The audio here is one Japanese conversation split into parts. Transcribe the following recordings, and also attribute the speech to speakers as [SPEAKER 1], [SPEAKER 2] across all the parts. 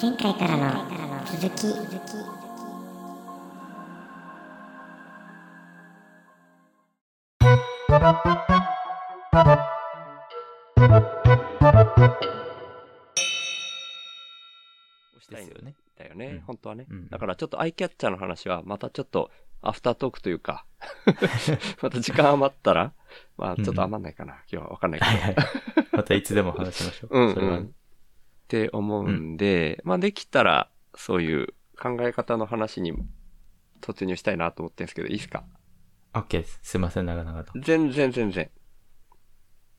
[SPEAKER 1] 前回からの続き
[SPEAKER 2] したいん
[SPEAKER 3] ね。
[SPEAKER 2] だよね、
[SPEAKER 3] うん
[SPEAKER 2] 本当はね、
[SPEAKER 3] うん
[SPEAKER 2] だからちょっとアイキャッチャーの話は、またちょっと、アフタートークという か、また時間余ったら、まあちょっと余んないかな、今日はわかんないけ
[SPEAKER 3] は
[SPEAKER 2] ど
[SPEAKER 3] い。はい。またいつでも話しましょう。
[SPEAKER 2] うん、
[SPEAKER 3] そうれは
[SPEAKER 2] ん。って思うんで、まあできたら、そういう考え方の話に突入したいなと思ってるんですけど、いいですか
[SPEAKER 3] OK です。すいません、長々と。
[SPEAKER 2] 全然全然。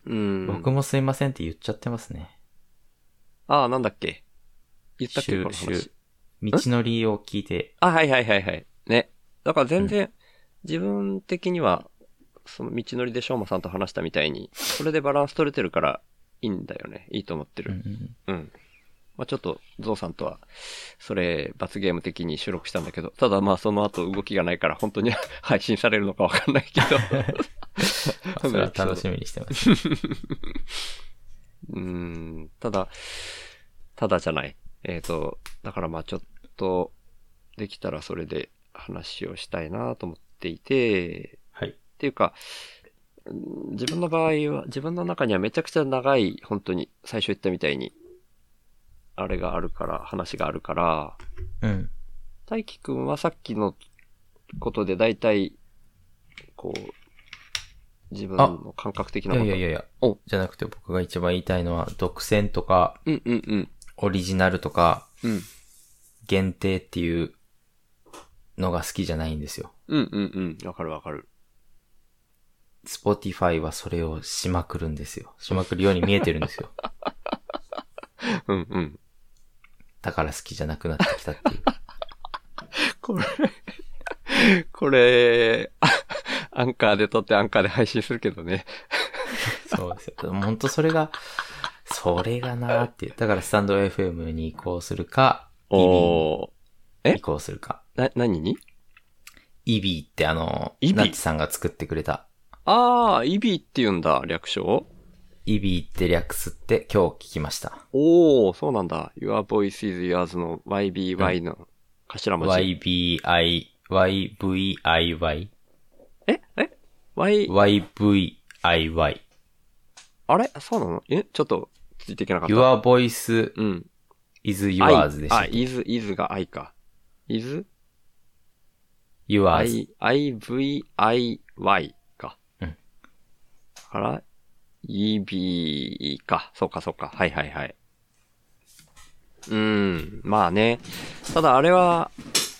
[SPEAKER 2] うん。
[SPEAKER 3] 僕もすいませんって言っちゃってますね。
[SPEAKER 2] ああ、なんだっけ言ったっけ
[SPEAKER 3] 週
[SPEAKER 2] この、話
[SPEAKER 3] 週。。道のりを聞いて、
[SPEAKER 2] あ、はいはいはいはい。ね。だから全然、自分的には、その道のりでしょうまさんと話したみたいに、それでバランス取れてるから、いいんだよね。いいと思って
[SPEAKER 3] うんう
[SPEAKER 2] る。
[SPEAKER 3] ん
[SPEAKER 2] うん。まあちょっと、ゾウさんとは、それ、罰ゲーム的に収録したんだけど、ただまあその後動きがないから、本当に 配信されるのかわかんないけ ど。
[SPEAKER 3] まあそれは楽しみにしてます。
[SPEAKER 2] うーん、ただ、ただじゃない。えっ、と、だからまあちょっと、できたらそれで話をしたいなと思っていて、
[SPEAKER 3] はい。
[SPEAKER 2] っていうか、うん自分の場合は、自分の中にはめちゃくちゃ長い、本当に、最初言ったみたいに、あれがあるから、話があるから、
[SPEAKER 3] うん。
[SPEAKER 2] 大輝くんはさっきのことで大体、こう、自分の感覚的
[SPEAKER 3] い
[SPEAKER 2] なこと。
[SPEAKER 3] やいやいやいや
[SPEAKER 2] お、
[SPEAKER 3] じゃなくて僕が一番言いたいのは、独占とか、
[SPEAKER 2] うんうんうん。
[SPEAKER 3] オリジナルとか、
[SPEAKER 2] うん。
[SPEAKER 3] 限定っていうのが好きじゃないんですよ。
[SPEAKER 2] うんうんうん。わかるわかる。
[SPEAKER 3] Spotify はそれをしまくるんですよ。しまくるように見えてるん ですよ。
[SPEAKER 2] うんうん。
[SPEAKER 3] だから好きじゃなくなってきたっていう。
[SPEAKER 2] これ、 これ、あアンカーで撮ってアンカーで配信するけどね。
[SPEAKER 3] そうですよ。ほんとそれが、それがなーっていう。だからスタンド FM に移行するか、EB に
[SPEAKER 2] おー。え
[SPEAKER 3] 移行するか。
[SPEAKER 2] な、何に
[SPEAKER 3] EB ってあの、
[SPEAKER 2] EB
[SPEAKER 3] ナッチさんが作ってくれた。
[SPEAKER 2] あー、イビーって言うんだ、略称
[SPEAKER 3] EB って略すって今日聞きました。
[SPEAKER 2] おー、そうなんだ。Your Voice is Yours の YBY の頭文字。
[SPEAKER 3] YBI、YVIY、
[SPEAKER 2] ええ ?Y、
[SPEAKER 3] YVIY。
[SPEAKER 2] あれそうなのえちょっと、ついていけなかった。
[SPEAKER 3] Your voice
[SPEAKER 2] うん。
[SPEAKER 3] is yours でした
[SPEAKER 2] あ、。is, is が I か。is?
[SPEAKER 3] yours.
[SPEAKER 2] I, I, V, I, Y か。
[SPEAKER 3] うん
[SPEAKER 2] だから、E, B か。そうか、そうか。はいはいはい。うん。まあね。ただあれは、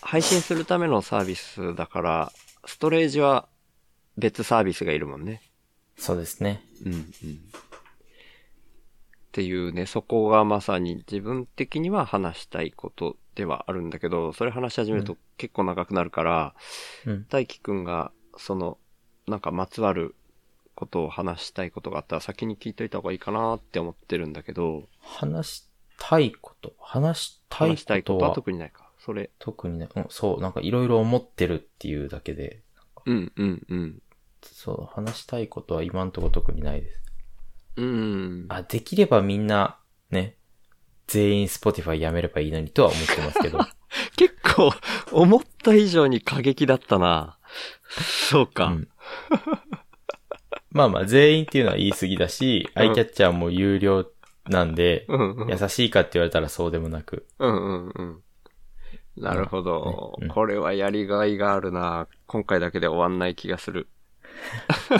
[SPEAKER 2] 配信するためのサービスだから、ストレージは別サービスがいるもんね。
[SPEAKER 3] そうですね。
[SPEAKER 2] うん、うん。っていうね、そこがまさに自分的には話したいことではあるんだけど、それ話し始めると結構長くなるから、
[SPEAKER 3] うん。
[SPEAKER 2] 大輝くんが、その、なんかまつわることを話したいことがあったら先に聞いといた方がいいかなって思ってるんだけど、
[SPEAKER 3] 話したいこと、話した
[SPEAKER 2] 話した
[SPEAKER 3] い
[SPEAKER 2] いこ
[SPEAKER 3] こ
[SPEAKER 2] とと
[SPEAKER 3] は
[SPEAKER 2] は特にないか。それ、
[SPEAKER 3] 特にね、うん、そう、なんかいろいろ思ってるっていうだけで、
[SPEAKER 2] うんうんうん。
[SPEAKER 3] そう、話したいことは今んとこ特にないです。
[SPEAKER 2] うん。
[SPEAKER 3] あ、できればみんな、ね、全員 Spotify やめればいいのにとは思ってます けど、
[SPEAKER 2] 結構、思った以上に過激だったな。そう
[SPEAKER 3] う
[SPEAKER 2] か。
[SPEAKER 3] んまあまあ、全員っていうのは言い過ぎだし、
[SPEAKER 2] うん
[SPEAKER 3] アイキャッチャーも有料なんで、
[SPEAKER 2] うんうん
[SPEAKER 3] 優しいかって言われたらそうでもなく、
[SPEAKER 2] うんうんうん。なるほど。
[SPEAKER 3] うんうん
[SPEAKER 2] これはやりがいがあるな。今回だけで終わんない気がする。
[SPEAKER 3] そう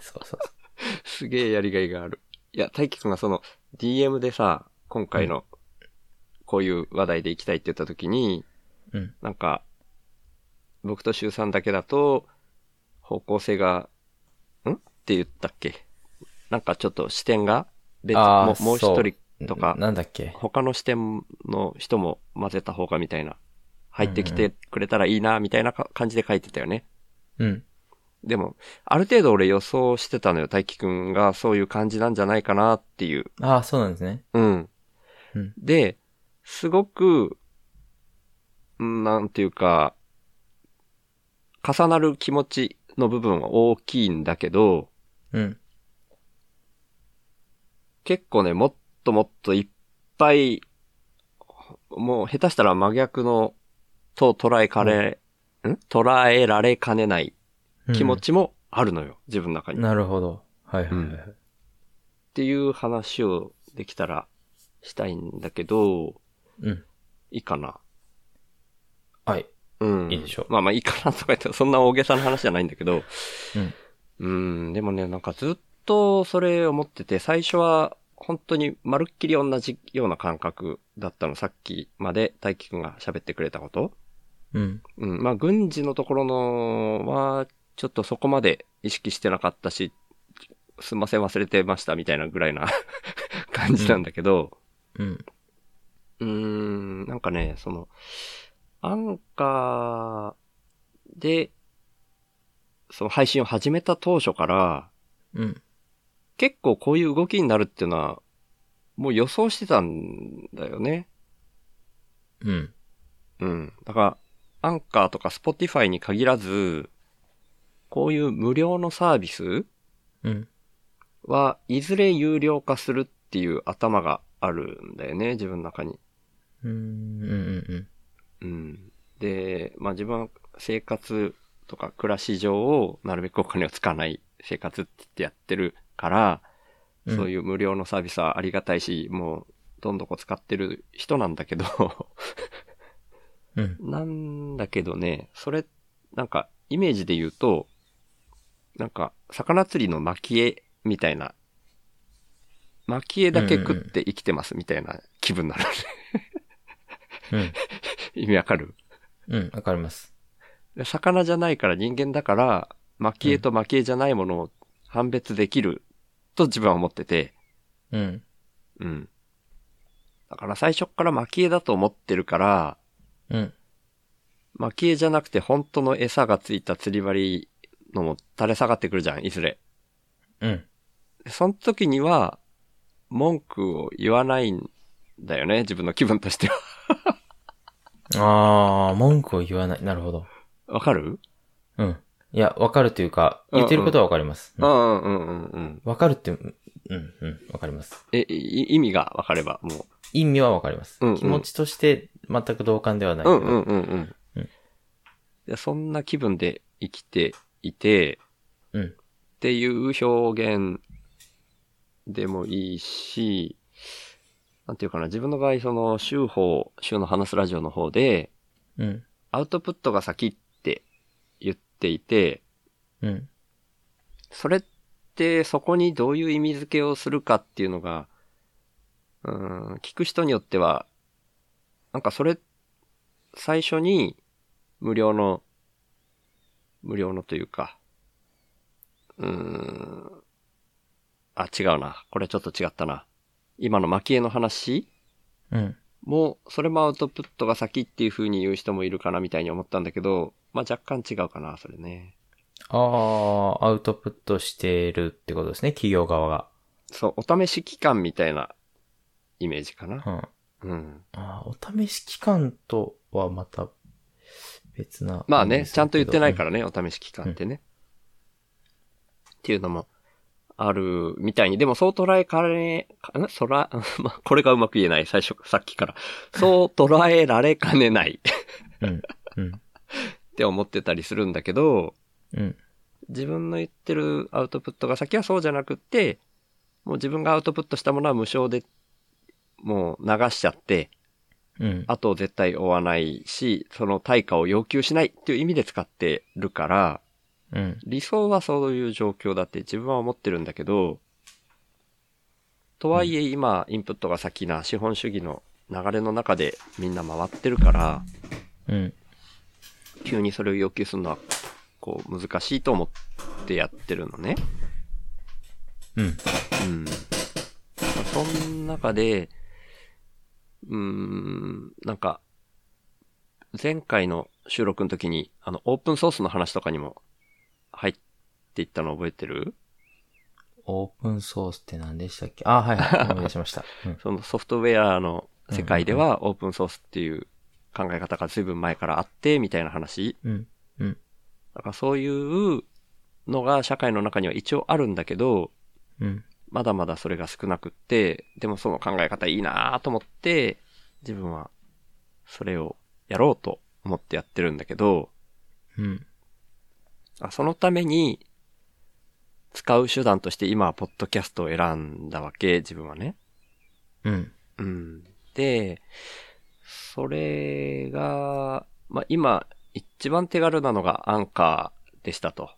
[SPEAKER 3] そうそ
[SPEAKER 2] すげえやりがいがある。いや、大輝くんがその DM でさ、今回のこういう話題で行きたいって言った時に、
[SPEAKER 3] う。うん。
[SPEAKER 2] なんか、僕と周さんだけだと、方向性が、んって言ったっけなんかちょっと視点が、別、
[SPEAKER 3] あー
[SPEAKER 2] ももう一
[SPEAKER 3] そう
[SPEAKER 2] 人 とか、
[SPEAKER 3] なんだっけ
[SPEAKER 2] 他の視点の人も混ぜた方がみたいな、入ってきてくれたらいいな、みたいなか感じで書いてたよね。
[SPEAKER 3] うん。
[SPEAKER 2] でも、ある程度俺予想してたのよ。大輝くんがそういう感じなんじゃないかなっていう。
[SPEAKER 3] ああ、そうなんですね。
[SPEAKER 2] うん。
[SPEAKER 3] うん
[SPEAKER 2] で、すごく、んなんていうか、重なる気持ちの部分は大きいんだけど、
[SPEAKER 3] うん。
[SPEAKER 2] 結構ね、もっともっといっぱいもう下手したら真逆の、と捉えかれ、ん捉えられかねない気持ちもあるのよ、自分の中に。っ
[SPEAKER 3] なるほど。はいはいはいはい。
[SPEAKER 2] ていう話をできたらしたいんだけど、
[SPEAKER 3] うん。
[SPEAKER 2] いいかな。
[SPEAKER 3] はい。
[SPEAKER 2] うん。
[SPEAKER 3] いいでしょう
[SPEAKER 2] まあまあいいかなとか言って、そんな大げさな話じゃないんだけど、
[SPEAKER 3] うん。
[SPEAKER 2] うん、でもね、なんかずっとそれ思ってて、最初は本当にまるっきり同じような感覚だったの、さっきまで大輝くんが喋ってくれたこと。
[SPEAKER 3] うん。
[SPEAKER 2] うん、まあ軍事のところのは、ちょっとそこまで意識してなかったし、すんません忘れてましたみたいなぐらいな 感じなんだけど、
[SPEAKER 3] うん。
[SPEAKER 2] うーん、なんかね、その、アンカーで、その配信を始めた当初から、
[SPEAKER 3] うん。
[SPEAKER 2] 結構こういう動きになるっていうのは、もう予想してたんだよね。
[SPEAKER 3] うん。
[SPEAKER 2] うん。だから、アンカーとかスポティファイに限らず、こういう無料のサービス
[SPEAKER 3] うん。
[SPEAKER 2] は、いずれ有料化するっていう頭があるんだよね、自分の中に。
[SPEAKER 3] うん。うん。
[SPEAKER 2] うん。で、まあ自分は生活とか暮らし上をなるべくお金を使わない生活って言ってやってるから、
[SPEAKER 3] うん
[SPEAKER 2] そういう無料のサービスはありがたいし、もうどんどこ使ってる人なんだけど、
[SPEAKER 3] うん。
[SPEAKER 2] なんだけどね、それ、なんかイメージで言うと、なんか魚釣りの蒔絵みたいな、蒔絵だけ食って生きてますみたいな気分なのね。
[SPEAKER 3] うん。
[SPEAKER 2] 意味わかる
[SPEAKER 3] うん。わかります。
[SPEAKER 2] で魚じゃないから人間だから、蒔絵と蒔絵じゃないものを判別できると自分は思ってて、
[SPEAKER 3] うん。
[SPEAKER 2] うん。だから最初から蒔絵だと思ってるから、
[SPEAKER 3] うん。
[SPEAKER 2] 蒔絵じゃなくて本当の餌がついた釣り針のも垂れ下がってくるじゃん、いずれ。
[SPEAKER 3] うん。
[SPEAKER 2] でその時には、文句を言わないんだよね、自分の気分としては。
[SPEAKER 3] ああ、文句を言わない。なるほど。
[SPEAKER 2] わかる
[SPEAKER 3] うん。いや、わかるというか、言ってることはわかります。
[SPEAKER 2] う
[SPEAKER 3] うん
[SPEAKER 2] んうんうんうん。
[SPEAKER 3] わかるって、うん、うんうん、わかります。
[SPEAKER 2] え、い意味がわかれば、もう。
[SPEAKER 3] 意味はわかります。
[SPEAKER 2] うんうん
[SPEAKER 3] 気持ちとして全く同感ではないけ
[SPEAKER 2] う
[SPEAKER 3] ど。
[SPEAKER 2] んうんうんうん
[SPEAKER 3] うん
[SPEAKER 2] いや。そんな気分で生きていて、
[SPEAKER 3] うん
[SPEAKER 2] っていう表現でもいいし、なんていうかな、自分の場合、その、週報、週の話すラジオの方で、
[SPEAKER 3] うん。
[SPEAKER 2] アウトプットが先って言っていて、
[SPEAKER 3] うん。
[SPEAKER 2] それってそこにどういう意味付けをするかっていうのが、うーん、聞く人によっては、なんかそれ、最初に無料の、無料のというか、うーん、あ、違うな。これちょっと違ったな。今の蒔絵の話
[SPEAKER 3] うん。
[SPEAKER 2] も、それもアウトプットが先っていう風に言う人もいるかなみたいに思ったんだけど、まあ、若干違うかな、それね。
[SPEAKER 3] ああ、アウトプットしてるってことですね、企業側が。
[SPEAKER 2] そう、お試し期間みたいなイメージかな
[SPEAKER 3] う。ん。
[SPEAKER 2] うん。
[SPEAKER 3] あーお試し期間とはまた別な。。
[SPEAKER 2] まあね、ちゃんと言ってないかららね、お試し期間ってね。っていうのもあるみたいに、でもそう捉えかれ、かんそら、 まあ、これがうまく言えない、最初、さっきから。そう捉えられかねないっ
[SPEAKER 3] うん。うん。
[SPEAKER 2] て思ってたりするんだけど、
[SPEAKER 3] うん。
[SPEAKER 2] 自分の言ってるアウトプットが先はそうじゃなくって、もう自分がアウトプットしたものは無償で、もう流しちゃって、
[SPEAKER 3] うん。
[SPEAKER 2] 後を絶対追わないし、その対価を要求しないっていう意味で使ってるから、
[SPEAKER 3] うん。
[SPEAKER 2] 理想はそういう状況だって自分は思ってるんだけど、とはいえ今、インプットが先な資本主義の流れの中でみんな回ってるから、
[SPEAKER 3] うん。
[SPEAKER 2] 急にそれを要求するのは、こう、難しいと思ってやってるのね。
[SPEAKER 3] うん。
[SPEAKER 2] うん。まあそん中で、うーん、なんか、前回の収録の時に、あの、オープンソースの話とかにも入っていったの覚えてる
[SPEAKER 3] オープンソースって何でしたっけあー、は いはい。思い出しました。うん。
[SPEAKER 2] そのソフトウェアの世界ではオープンソースっていう考え方が随分前からあって、みたいな話。
[SPEAKER 3] うん。うん。
[SPEAKER 2] だからそういうのが社会の中には一応あるんだけど、
[SPEAKER 3] うん。
[SPEAKER 2] まだまだそれが少なくって、でもその考え方いいなぁと思って、自分はそれをやろうと思ってやってるんだけど、
[SPEAKER 3] うん。
[SPEAKER 2] あそのために、使う手段として今はポッドキャストを選んだわけ、自分はね。
[SPEAKER 3] うん。
[SPEAKER 2] うん。で、それが、まあ、今、一番手軽なのがアンカーでしたと。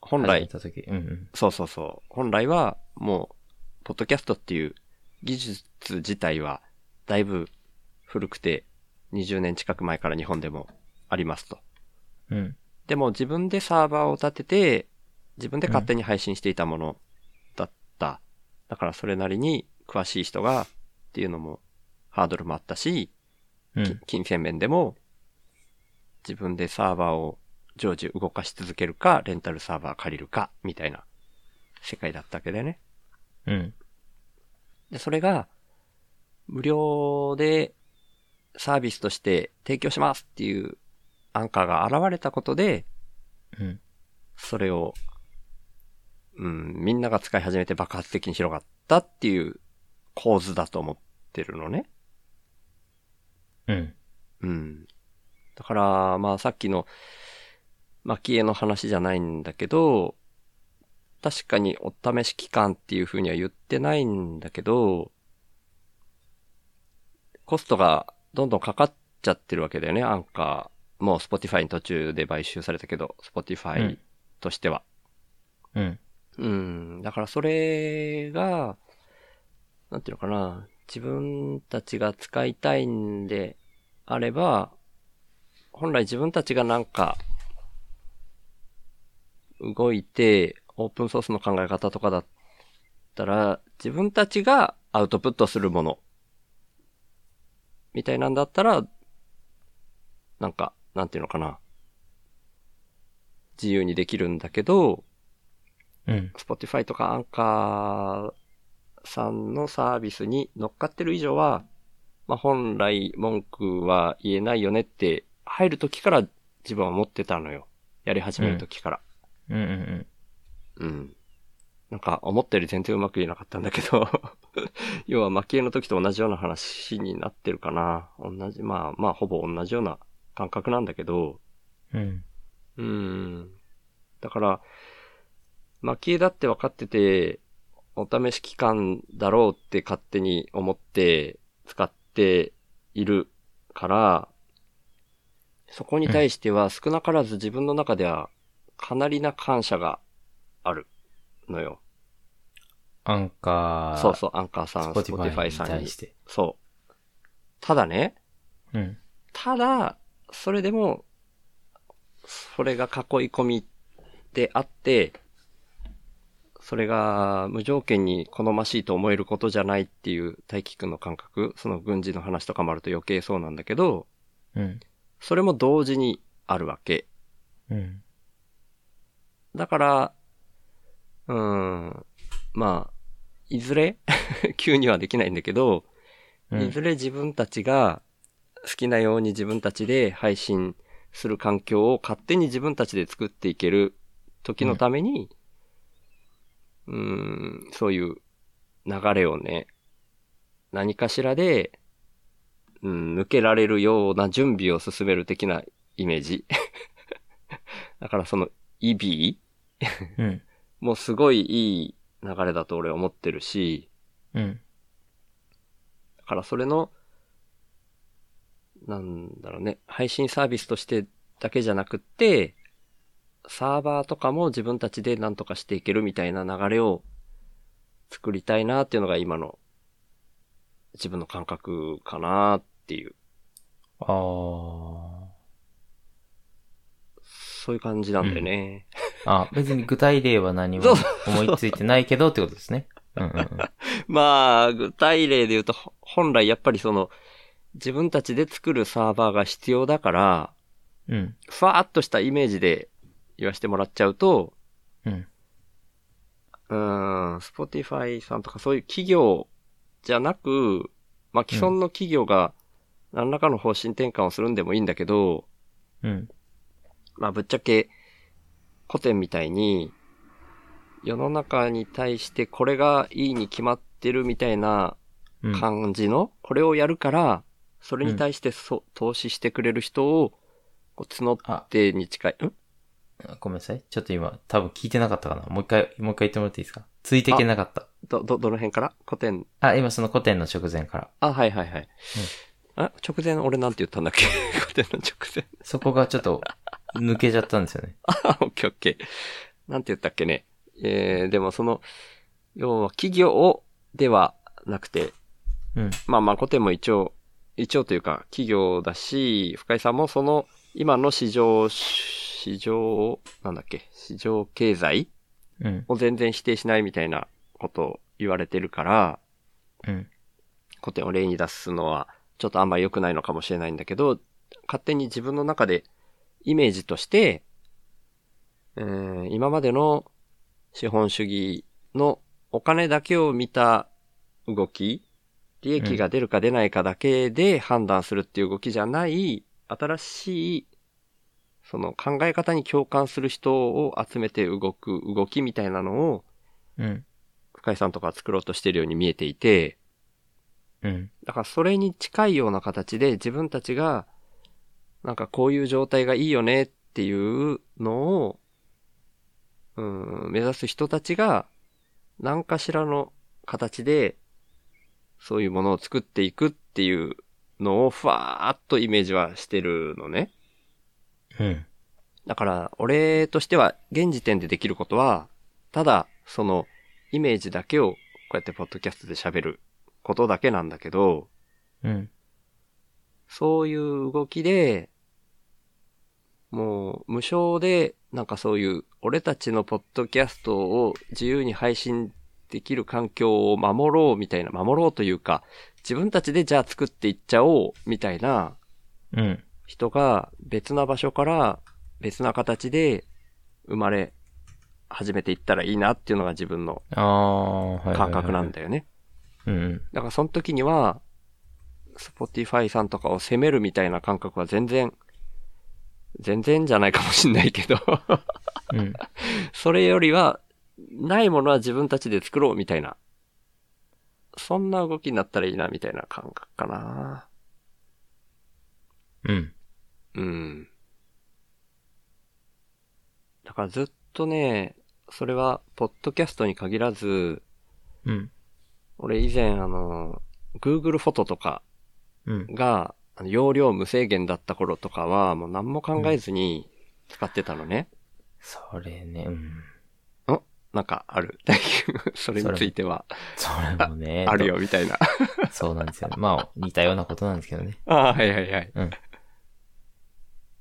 [SPEAKER 2] 本
[SPEAKER 3] 始
[SPEAKER 2] 来
[SPEAKER 3] め、た時。うんうん。
[SPEAKER 2] そうそうそう。本来は、もう、ポッドキャストっていう技術自体は、だいぶ古くて、20年近く前から日本でもありますと。
[SPEAKER 3] うん。
[SPEAKER 2] でも自分でサーバーを立てて、自分で勝手に配信していたものだった。だからそれなりに詳しい人がっていうのもハードルもあったし、
[SPEAKER 3] うん。
[SPEAKER 2] 金銭面でも自分でサーバーを常時動かし続けるか、レンタルサーバー借りるか、みたいな世界だったわけだよね。
[SPEAKER 3] うん。
[SPEAKER 2] で、それが、無料でサービスとして提供しますっていうアンカーが現れたことで、
[SPEAKER 3] うん。
[SPEAKER 2] それを、うん、みんなが使い始めて爆発的に広がったっていう構図だと思ってるのね。
[SPEAKER 3] うん。
[SPEAKER 2] うん。だから、まあさっきの、蒔絵の話じゃないんだけど、確かにお試し期間っていうふうには言ってないんだけど、コストがどんどんかかっちゃってるわけだよね、アンカー。もう Spotify に途中で買収されたけど、Spotify としては。
[SPEAKER 3] うん。
[SPEAKER 2] うん。だからそれが、なんていうのかな、自分たちが使いたいんであれば、本来自分たちがなんか、動いて、オープンソースの考え方とかだったら、自分たちがアウトプットするもの、みたいなんだったら、なんか、なんていうのかな、自由にできるんだけど、
[SPEAKER 3] うん。
[SPEAKER 2] Spotify とかアンカーさんのサービスに乗っかってる以上は、まあ、本来文句は言えないよねって、入る時から自分は思ってたのよ。やり始める時から。
[SPEAKER 3] うん。うん。
[SPEAKER 2] うん。なんか、思ったより全然うまく言えなかったんだけど、 要は、負けの時と同じような話になってるかな。同じ、まあまあ、ほぼ同じような感覚なんだけど、
[SPEAKER 3] うん。
[SPEAKER 2] うーん。だから、蒔絵だって分かってて、お試し期間だろうって勝手に思って使っているから、そこに対しては少なからず自分の中ではかなりな感謝があるのよ。
[SPEAKER 3] アンカー、
[SPEAKER 2] そうそう、アンカーさん、
[SPEAKER 3] スポティファ
[SPEAKER 2] Spotify
[SPEAKER 3] イに
[SPEAKER 2] さん
[SPEAKER 3] 対
[SPEAKER 2] に
[SPEAKER 3] し。て。
[SPEAKER 2] そう。ただね、
[SPEAKER 3] うん。
[SPEAKER 2] ただ、それでも、それが囲い込みであって、それが無条件に好ましいと思えることじゃないっていう大輝くんの感覚、その軍事の話とかもあると余計そうなんだけど、
[SPEAKER 3] うん。
[SPEAKER 2] それも同時にあるわけ。
[SPEAKER 3] うん。
[SPEAKER 2] だから、うーん、まあ、いずれ、 急にはできないんだけど、
[SPEAKER 3] う
[SPEAKER 2] い
[SPEAKER 3] ん
[SPEAKER 2] ず。れ自分たちが好きなように自分たちで配信する環境を勝手に自分たちで作っていける時のために、うーん、そういう流れをね、何かしらで、うん、抜けられるような準備を進める的なイメージ。 だからそのイビ
[SPEAKER 3] うん。
[SPEAKER 2] ーもうすごいいい流れだと俺は思ってるし、
[SPEAKER 3] うん。
[SPEAKER 2] だからそれの、なんだろうね、配信サービスとしてだけじゃなくって、サーバーとかも自分たちで何とかしていけるみたいな流れを作りたいなっていうのが今の自分の感覚かなっていう、
[SPEAKER 3] ああ。
[SPEAKER 2] そういう感じなんだよね。
[SPEAKER 3] あ、別に具体例は何も
[SPEAKER 2] そう
[SPEAKER 3] 思いついてないけどってことですね。うんうんうん。
[SPEAKER 2] まあ、具体例で言うと、ほ本来やっぱりその、自分たちで作るサーバーが必要だから、
[SPEAKER 3] うん。
[SPEAKER 2] ふわーっとしたイメージで言わせてもらっちゃうと、
[SPEAKER 3] うん。
[SPEAKER 2] うーん、Spotify さんとかそういう企業じゃなく、まあ、既存の企業が何らかの方針転換をするんでもいいんだけど、
[SPEAKER 3] うん。
[SPEAKER 2] まあ、ぶっちゃけ古典みたいに世の中に対してこれがいいに決まってるみたいな
[SPEAKER 3] うん。
[SPEAKER 2] 感じの、これをやるからそれに対してそ、投資してくれる人を、こう、募ってに近い、ん
[SPEAKER 3] あごめんなさい。ちょっと今、多分聞いてなかったかな。もう一回、もう一回言ってもらっていいですかついていけなかった。
[SPEAKER 2] ど、ど、どの辺から古典。
[SPEAKER 3] あ今その古典の直前から。
[SPEAKER 2] あ、はいはいはい。あ、直前俺なんて言ったんだっけ 古典の直前。
[SPEAKER 3] そこがちょ っと、抜けちゃったんですよね。
[SPEAKER 2] あ、オッケーオッケー。なんて言ったっけね。えー、でもその、要は企業を、ではなくて、
[SPEAKER 3] うん。
[SPEAKER 2] まあまあ古典も一応、一応というか企業だし、深井さんもその、今の市場、市場を、なんだっけ、市場経済
[SPEAKER 3] うん。
[SPEAKER 2] を全然否定しないみたいなことを言われてるから、
[SPEAKER 3] うん。
[SPEAKER 2] 古典を例に出すのは、ちょっとあんまり良くないのかもしれないんだけど、勝手に自分の中でイメージとして、うーん今までの資本主義のお金だけを見た動き、利益が出るか出ないかだけで判断するっていう動きじゃない、新しい、その考え方に共感する人を集めて動く動きみたいなのを、
[SPEAKER 3] うん。
[SPEAKER 2] 深井さんとかは作ろうとしてるように見えていて、
[SPEAKER 3] うん。
[SPEAKER 2] だからそれに近いような形で自分たちが、なんかこういう状態がいいよねっていうのを、うん、目指す人たちが、何かしらの形で、そういうものを作っていくっていうのをふわーっとイメージはしてるのね。
[SPEAKER 3] うん。
[SPEAKER 2] だから、俺としては、現時点でできることは、ただ、その、イメージだけを、こうやってポッドキャストで喋ることだけなんだけど、
[SPEAKER 3] うん。
[SPEAKER 2] そういう動きで、もう無償で、なんかそういう、俺たちのポッドキャストを自由に配信できる環境を守ろうみたいな、守ろうというか、自分たちでじゃあ作っていっちゃおうみたいな
[SPEAKER 3] うん。
[SPEAKER 2] 人が別な場所から別な形で生まれ始めていったらいいなっていうのが自分の
[SPEAKER 3] ああ、はいはいはい。
[SPEAKER 2] 感覚なんだよね。
[SPEAKER 3] うんうん。
[SPEAKER 2] だからその時には、Spotify さんとかを責めるみたいな感覚は全然、全然じゃないかもしんないけど、
[SPEAKER 3] うん。
[SPEAKER 2] それよりは、ないものは自分たちで作ろうみたいな。そんな動きになったらいいなみたいな感覚かな。
[SPEAKER 3] うん。
[SPEAKER 2] うん。だからずっとね、それは、ポッドキャストに限らず、
[SPEAKER 3] うん。
[SPEAKER 2] 俺以前あの、Google フォトとか、
[SPEAKER 3] うん。
[SPEAKER 2] が、あの容量無制限だった頃とかは、もう何も考えずに使ってたのね。
[SPEAKER 3] それね、うん。
[SPEAKER 2] なんかある。 それについては、
[SPEAKER 3] それもね。
[SPEAKER 2] あるよ、みたいな。
[SPEAKER 3] と。そうなんですよね。まあ、似たようなことなんですけどね。
[SPEAKER 2] ああ、はいはいはい。
[SPEAKER 3] うん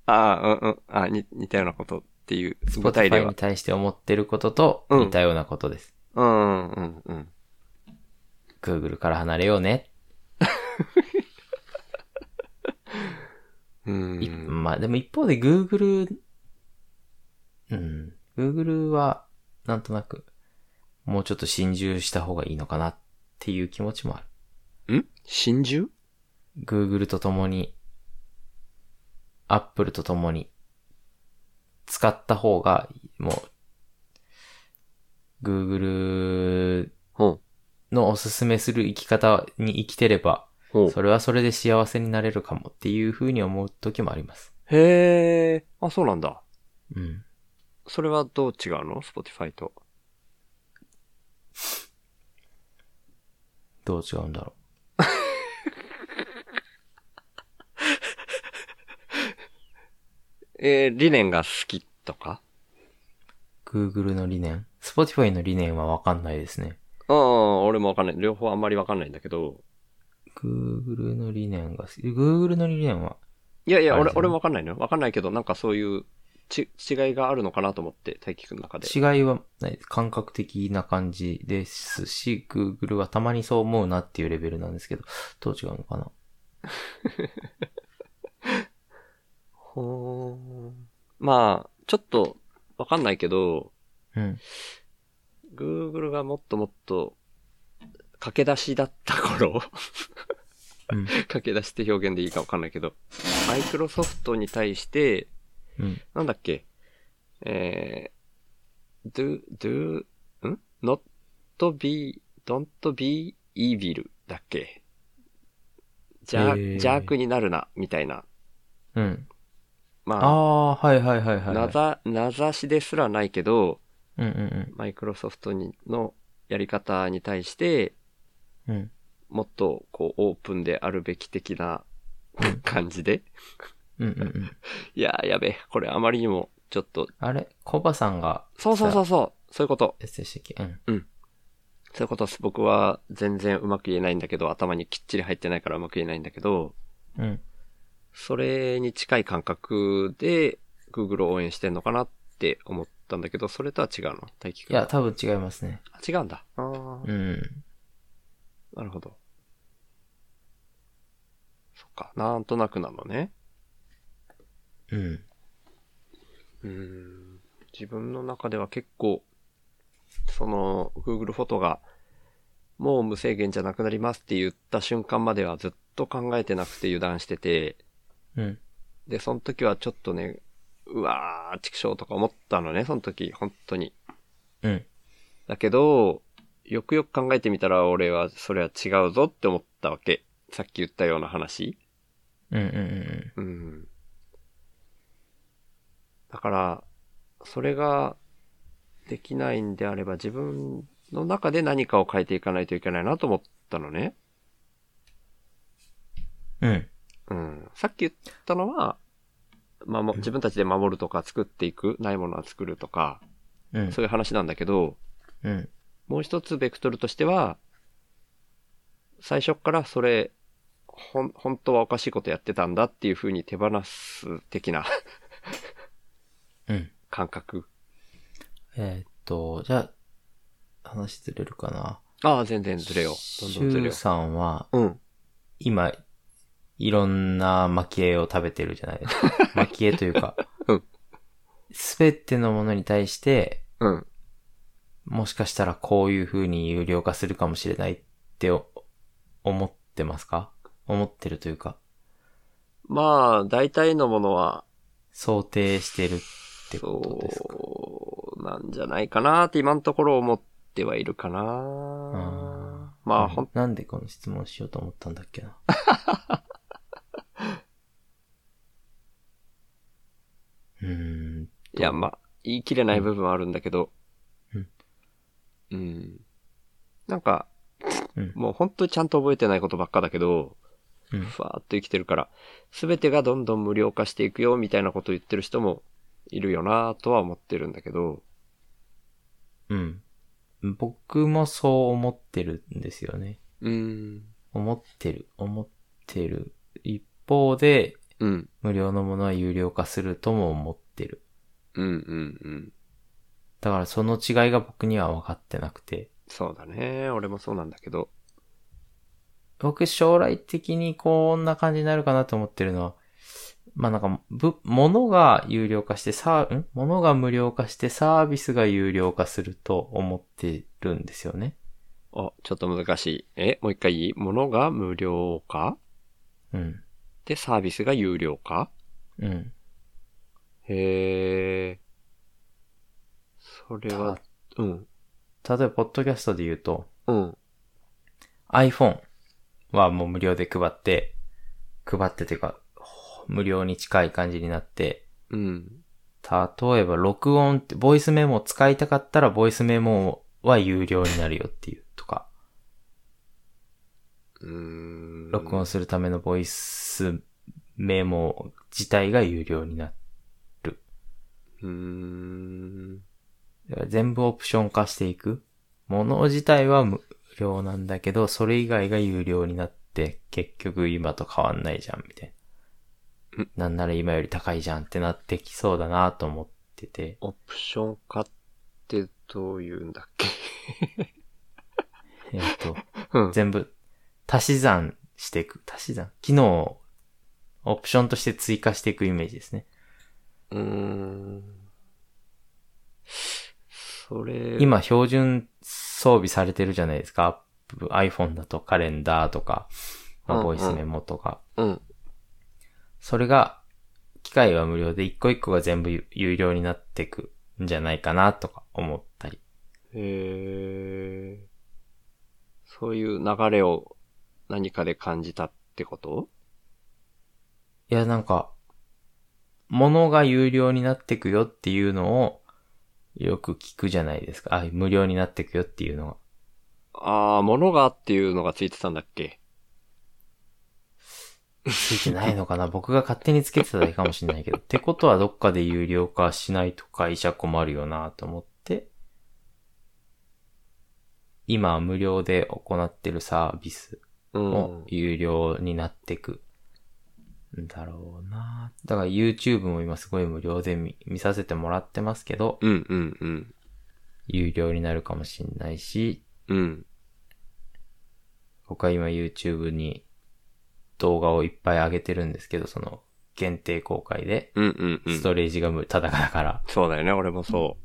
[SPEAKER 2] ああ、うんうん。あに似たようなことっていう、
[SPEAKER 3] スポ
[SPEAKER 2] 具
[SPEAKER 3] テ
[SPEAKER 2] 体
[SPEAKER 3] ィフ
[SPEAKER 2] 例
[SPEAKER 3] ァイ
[SPEAKER 2] は
[SPEAKER 3] に。対して思ってることと
[SPEAKER 2] うん
[SPEAKER 3] 似たようなことです。
[SPEAKER 2] うん、うん、うん。
[SPEAKER 3] Google から離れようね。
[SPEAKER 2] う
[SPEAKER 3] い
[SPEAKER 2] ん。
[SPEAKER 3] まあ、でも一方で Google、うん。Google は、なんとなく、もうちょっと心中した方がいいのかなっていう気持ちもある。
[SPEAKER 2] ん真珠
[SPEAKER 3] Google と共に、Apple と共に、使った方が、もう、Google
[SPEAKER 2] ほう。
[SPEAKER 3] のおすすめする生き方に生きてれば、
[SPEAKER 2] ほう。
[SPEAKER 3] それはそれで幸せになれるかもっていうふうに思う時もあります。
[SPEAKER 2] へえ。あ、そうなんだ。
[SPEAKER 3] うん。
[SPEAKER 2] それはどう違うの ?Spotify と。
[SPEAKER 3] どう違うんだろ
[SPEAKER 2] えー、理念が好きとか
[SPEAKER 3] う。Google の理念 ?Spotify の理念はわかんないですね。
[SPEAKER 2] うん、俺もわかんない。両方あんまりわかんないんだけど。
[SPEAKER 3] Google の理念が、Google の理念は、
[SPEAKER 2] いやいや、
[SPEAKER 3] あれ
[SPEAKER 2] 俺、
[SPEAKER 3] ですね
[SPEAKER 2] 俺もわかんないのよ。わかんないけど、なんかそういう、ち、違いがあるのかなと思って、大輝くんの中で。
[SPEAKER 3] 違いはない感覚的な感じですし、Google はたまにそう思うなっていうレベルなんですけど、どう違うのかな
[SPEAKER 2] ほーまあ、ちょっと、わかんないけど、
[SPEAKER 3] うん。
[SPEAKER 2] Google がもっともっと、駆け出しだった頃、
[SPEAKER 3] うん。
[SPEAKER 2] 駆け出しって表現でいいかわかんないけど、マイクロソフトに対して、
[SPEAKER 3] うん。
[SPEAKER 2] なんだっけ、えー、do, do, ん ?not be, don't be evil だっけ邪
[SPEAKER 3] へー
[SPEAKER 2] 邪悪になるな、みたいな。
[SPEAKER 3] うん。
[SPEAKER 2] ま
[SPEAKER 3] ああー、はいはいはいは
[SPEAKER 2] あ、
[SPEAKER 3] い。
[SPEAKER 2] 名ざ名指しですらないけど、
[SPEAKER 3] うんうん
[SPEAKER 2] マイクロソフトにのやり方に対して、
[SPEAKER 3] うん。うん。
[SPEAKER 2] もっとこうオープンであるべき的な感じで。
[SPEAKER 3] うんうんうん。
[SPEAKER 2] いやー、やべえ、これあまりにもちょっと、
[SPEAKER 3] あれコバさんが、
[SPEAKER 2] そうそうそうそう、そういうこと。
[SPEAKER 3] やつでしたっけうん。
[SPEAKER 2] そういうことです。僕は全然うまく言えないんだけど、頭にきっちり入ってないからうまく言えないんだけど、
[SPEAKER 3] うん。
[SPEAKER 2] それに近い感覚で Google を応援してんのかなって思ったんだけど、それとは違うの大輝く
[SPEAKER 3] い
[SPEAKER 2] ん。
[SPEAKER 3] や、多分違いますね。
[SPEAKER 2] あ違うんだ。あー
[SPEAKER 3] うん。
[SPEAKER 2] なるほど。そっか、なんとなくなのね。
[SPEAKER 3] うん。
[SPEAKER 2] うーん自分の中では結構、その、Google フォトが、もう無制限じゃなくなりますって言った瞬間まではずっと考えてなくて油断してて、
[SPEAKER 3] うん。
[SPEAKER 2] で、その時はちょっとね、うわー、畜生とか思ったのね、その時、本当に。
[SPEAKER 3] うん。
[SPEAKER 2] だけど、よくよく考えてみたら俺は、それは違うぞって思ったわけ。さっき言ったような話。
[SPEAKER 3] うんうんうん
[SPEAKER 2] うん。だから、それができないんであれば自分の中で何かを変えていかないといけないなと思ったのね。
[SPEAKER 3] うん。うん。
[SPEAKER 2] うん。さっき言ったのは、まも自分たちで守るとか作っていく、ないものは作るとか、
[SPEAKER 3] うん。
[SPEAKER 2] そういう話なんだけど、
[SPEAKER 3] うん。
[SPEAKER 2] もう一つベクトルとしては、最初っからそれ、ほん、本当はおかしいことやってたんだっていう風に手放す的な
[SPEAKER 3] うん。
[SPEAKER 2] 感覚。
[SPEAKER 3] えーっと、じゃあ、話ずれるかな。
[SPEAKER 2] ああ、全然ずれよう。どんどんずれ
[SPEAKER 3] シュウ
[SPEAKER 2] よ
[SPEAKER 3] さんは、
[SPEAKER 2] う。うん。
[SPEAKER 3] 今、いろんな巻き絵を食べてるじゃないですか。 巻き絵というか
[SPEAKER 2] うん、
[SPEAKER 3] すべてのものに対して、
[SPEAKER 2] うん。
[SPEAKER 3] もしかしたらこういう風に有料化するかもしれないってお思ってますか思ってるというか、
[SPEAKER 2] まあ、大体のものは、
[SPEAKER 3] 想定してるってことですか
[SPEAKER 2] そう、なんじゃないかなって今のところ思ってはいるかな。まあ、ほん、
[SPEAKER 3] なんでこの質問しようと思ったんだっ けな。うーん。
[SPEAKER 2] いや、まあ、言い切れない部分はあるんだけど。
[SPEAKER 3] うん。
[SPEAKER 2] うん。なんか、
[SPEAKER 3] うん
[SPEAKER 2] もう本当にちゃんと覚えてないことばっかだけど、
[SPEAKER 3] うん
[SPEAKER 2] ふわーっと生きてるから、すべてがどんどん無料化していくよみたいなことを言ってる人もいるよなとは思ってるんだけど、
[SPEAKER 3] うん。僕もそう思ってるんですよね。
[SPEAKER 2] うん。
[SPEAKER 3] 思ってる。思ってる。一方で、
[SPEAKER 2] うん。
[SPEAKER 3] 無料のものは有料化するとも思ってる。
[SPEAKER 2] うんうんうん。
[SPEAKER 3] だからその違いが僕には分かってなくて。
[SPEAKER 2] そうだね。俺もそうなんだけど。
[SPEAKER 3] 僕将来的にこんな感じになるかなと思ってるのは、まあなんか、ぶ、物が有料化してサー、ん物が無料化してサービスが有料化すると思ってるんですよね。
[SPEAKER 2] あ、ちょっと難しい。え、もう一回いい物が無料化
[SPEAKER 3] うん。
[SPEAKER 2] で、サービスが有料化
[SPEAKER 3] うん。
[SPEAKER 2] へえ。それは、うん。
[SPEAKER 3] 例えば、ポッドキャストで言うと、
[SPEAKER 2] うん。
[SPEAKER 3] iPhone はもう無料で配って、配っててか、ほ無料に近い感じになって、
[SPEAKER 2] うん。
[SPEAKER 3] 例えば録音って、ボイスメモを使いたかったら、ボイスメモは有料になるよっていう、とか。
[SPEAKER 2] うーん。
[SPEAKER 3] 録音するためのボイスメモ自体が有料になる。
[SPEAKER 2] うーん。
[SPEAKER 3] だから全部オプション化していく。もの自体は無料なんだけど、それ以外が有料になって、結局今と変わんないじゃん、みたいな。なんなら今より高いじゃんってなってきそうだなと思ってて。
[SPEAKER 2] オプション化ってどういうんだっけ
[SPEAKER 3] えっ、と、
[SPEAKER 2] うん。
[SPEAKER 3] 全部足し算していく。足し算機能をオプションとして追加していくイメージですね。
[SPEAKER 2] うーん。それ、
[SPEAKER 3] 今標準装備されてるじゃないですか。Apple iPhone だとカレンダーとか、ま
[SPEAKER 2] うん
[SPEAKER 3] あ、
[SPEAKER 2] うん
[SPEAKER 3] ボイスメモとか。
[SPEAKER 2] うん。
[SPEAKER 3] それが、機械は無料で一個一個が全部有有料になってくんじゃないかなとか思ったり。
[SPEAKER 2] へえ。そういう流れを何かで感じたってってこと
[SPEAKER 3] いや、なんか、物が有料になってくよっていうのを、よく聞くじゃないですか。あ、無料になってくよっていうのが。
[SPEAKER 2] ああ、物がっていうのがついてたんだっけ
[SPEAKER 3] ついてないのかな 僕が勝手につけてただけかもしれないけど。ってことはどっかで有料化しないと会社困るよなと思って、今無料で行ってるサービス
[SPEAKER 2] うん。
[SPEAKER 3] も有料になってく。んだろうなだから YouTube も今すごい無料で見見させてもらってますけど、
[SPEAKER 2] うんうんうん。
[SPEAKER 3] 有料になるかもしんないし、
[SPEAKER 2] うん。
[SPEAKER 3] 僕は今 YouTube に動画をいっぱい上げてるんですけど、その限定公開で、
[SPEAKER 2] うんうんう
[SPEAKER 3] ス
[SPEAKER 2] ん。
[SPEAKER 3] トレージが無ただだから、
[SPEAKER 2] そうだよね、俺もそ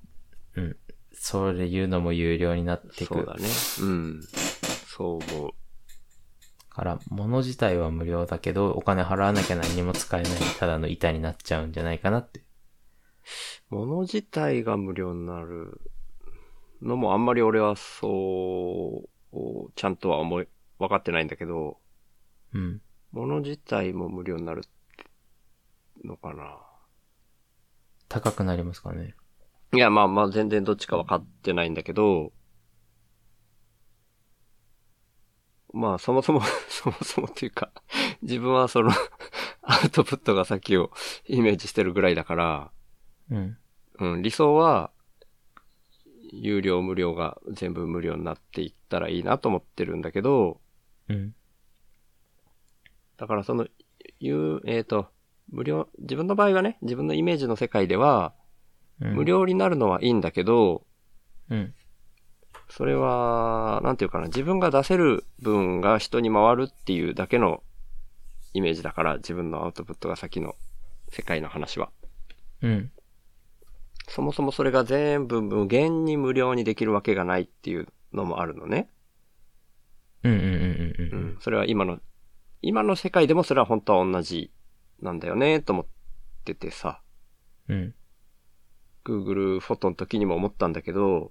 [SPEAKER 3] そういうのも有料になって
[SPEAKER 2] う。
[SPEAKER 3] く
[SPEAKER 2] そうだね。うん。そう思う。
[SPEAKER 3] から、物自体は無料だけど、お金払わなきゃ何にも使えない、ただの板になっちゃうんじゃないかなって。
[SPEAKER 2] 物自体が無料になるのもあんまり俺はそう、ちゃんとは思い、分かってないんだけど、
[SPEAKER 3] うん。
[SPEAKER 2] 物自体も無料になるのかな。
[SPEAKER 3] 高くなりますかね。
[SPEAKER 2] いや、まあまあ全然どっちか分かってないんだけど、まあそもそ も、そもそもっていうか、自分はその アウトプットが先をイメージしてるぐらいだから、
[SPEAKER 3] うん。
[SPEAKER 2] うん、理想は、有料無料が全部無料になっていったらいいなと思ってるんだけど、
[SPEAKER 3] うん。
[SPEAKER 2] だからその、有えっ、と、無料、自分の場合はね、自分のイメージの世界では、
[SPEAKER 3] うん
[SPEAKER 2] 無料になるのはいいんだけど、
[SPEAKER 3] うん。
[SPEAKER 2] それは、なんていうかな、自分が出せる分が人に回るっていうだけのイメージだから、自分のアウトプットが先の世界の話は。
[SPEAKER 3] うん。
[SPEAKER 2] そもそもそれが全部無限に無料にできるわけがないっていうのもあるのね。
[SPEAKER 3] うんうんうんうん
[SPEAKER 2] う
[SPEAKER 3] うんん。。
[SPEAKER 2] それは今の、今の世界でもそれは本当は同じなんだよね、と思っててさ、
[SPEAKER 3] うん。
[SPEAKER 2] Google フォトの時にも思ったんだけど、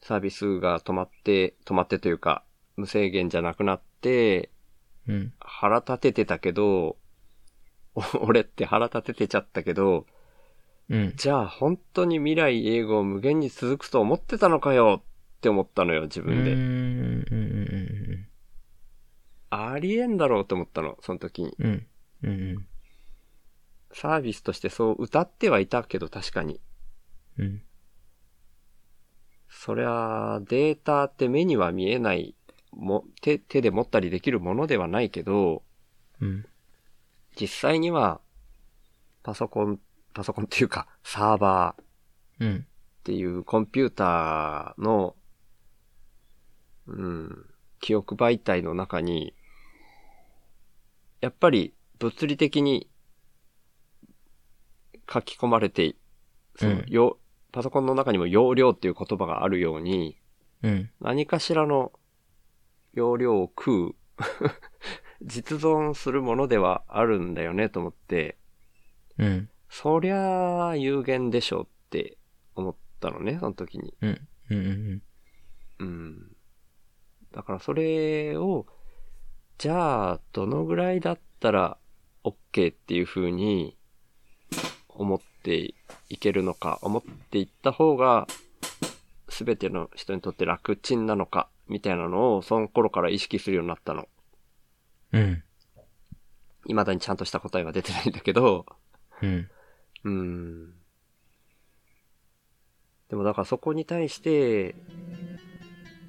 [SPEAKER 2] サービスが止まって、止まってというか、無制限じゃなくなって、
[SPEAKER 3] うん。
[SPEAKER 2] 腹立ててたけど、 お俺って腹立ててちゃったけど、
[SPEAKER 3] うん。
[SPEAKER 2] じゃあ本当に未来英語を無限に続くと思ってたのかよって思ったのよ、自
[SPEAKER 3] うん。うん。
[SPEAKER 2] 分で。
[SPEAKER 3] うん。
[SPEAKER 2] ありえんだろうと思ったの、その時に。
[SPEAKER 3] うん。うん。うん。
[SPEAKER 2] サービスとしてそう歌ってはいたけど確かに。
[SPEAKER 3] うん。
[SPEAKER 2] そりゃ、データって目には見えない、も、手、手で持ったりできるものではないけど、
[SPEAKER 3] うん。
[SPEAKER 2] 実際には、パソコン、パソコンっていうか、サーバー、
[SPEAKER 3] うん。
[SPEAKER 2] っていうコンピューターの、うん、記憶媒体の中に、やっぱり物理的に書き込まれて、その
[SPEAKER 3] うん
[SPEAKER 2] よパソコンの中にも容量っていう言葉があるように、
[SPEAKER 3] うん。
[SPEAKER 2] 何かしらの容量を食う、 実存するものではあるんだよねと思って、
[SPEAKER 3] うん。
[SPEAKER 2] そりゃあ有限でしょうって思ったのね、その時に。
[SPEAKER 3] うん。うん。
[SPEAKER 2] うん。だからそれを、じゃあ、どのぐらいだったら OK っていう風に思っていけるのか、思っていった方が、すべての人にとって楽ちんなのか、みたいなのを、その頃から意識するようになったの。
[SPEAKER 3] うん。
[SPEAKER 2] 未だにちゃんとした答えは出てないんだけど、
[SPEAKER 3] うん。
[SPEAKER 2] うん。でもだからそこに対して、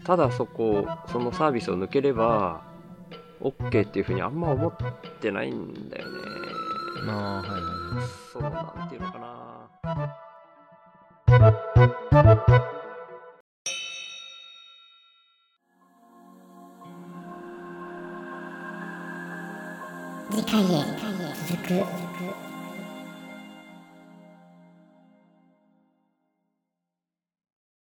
[SPEAKER 2] ただそこ、そのサービスを抜ければ、OK っていうふうにあんま思ってないんだよね。
[SPEAKER 3] ああ、はいはいはい。
[SPEAKER 2] そう、なんていうのかな。
[SPEAKER 1] 次回へ続く。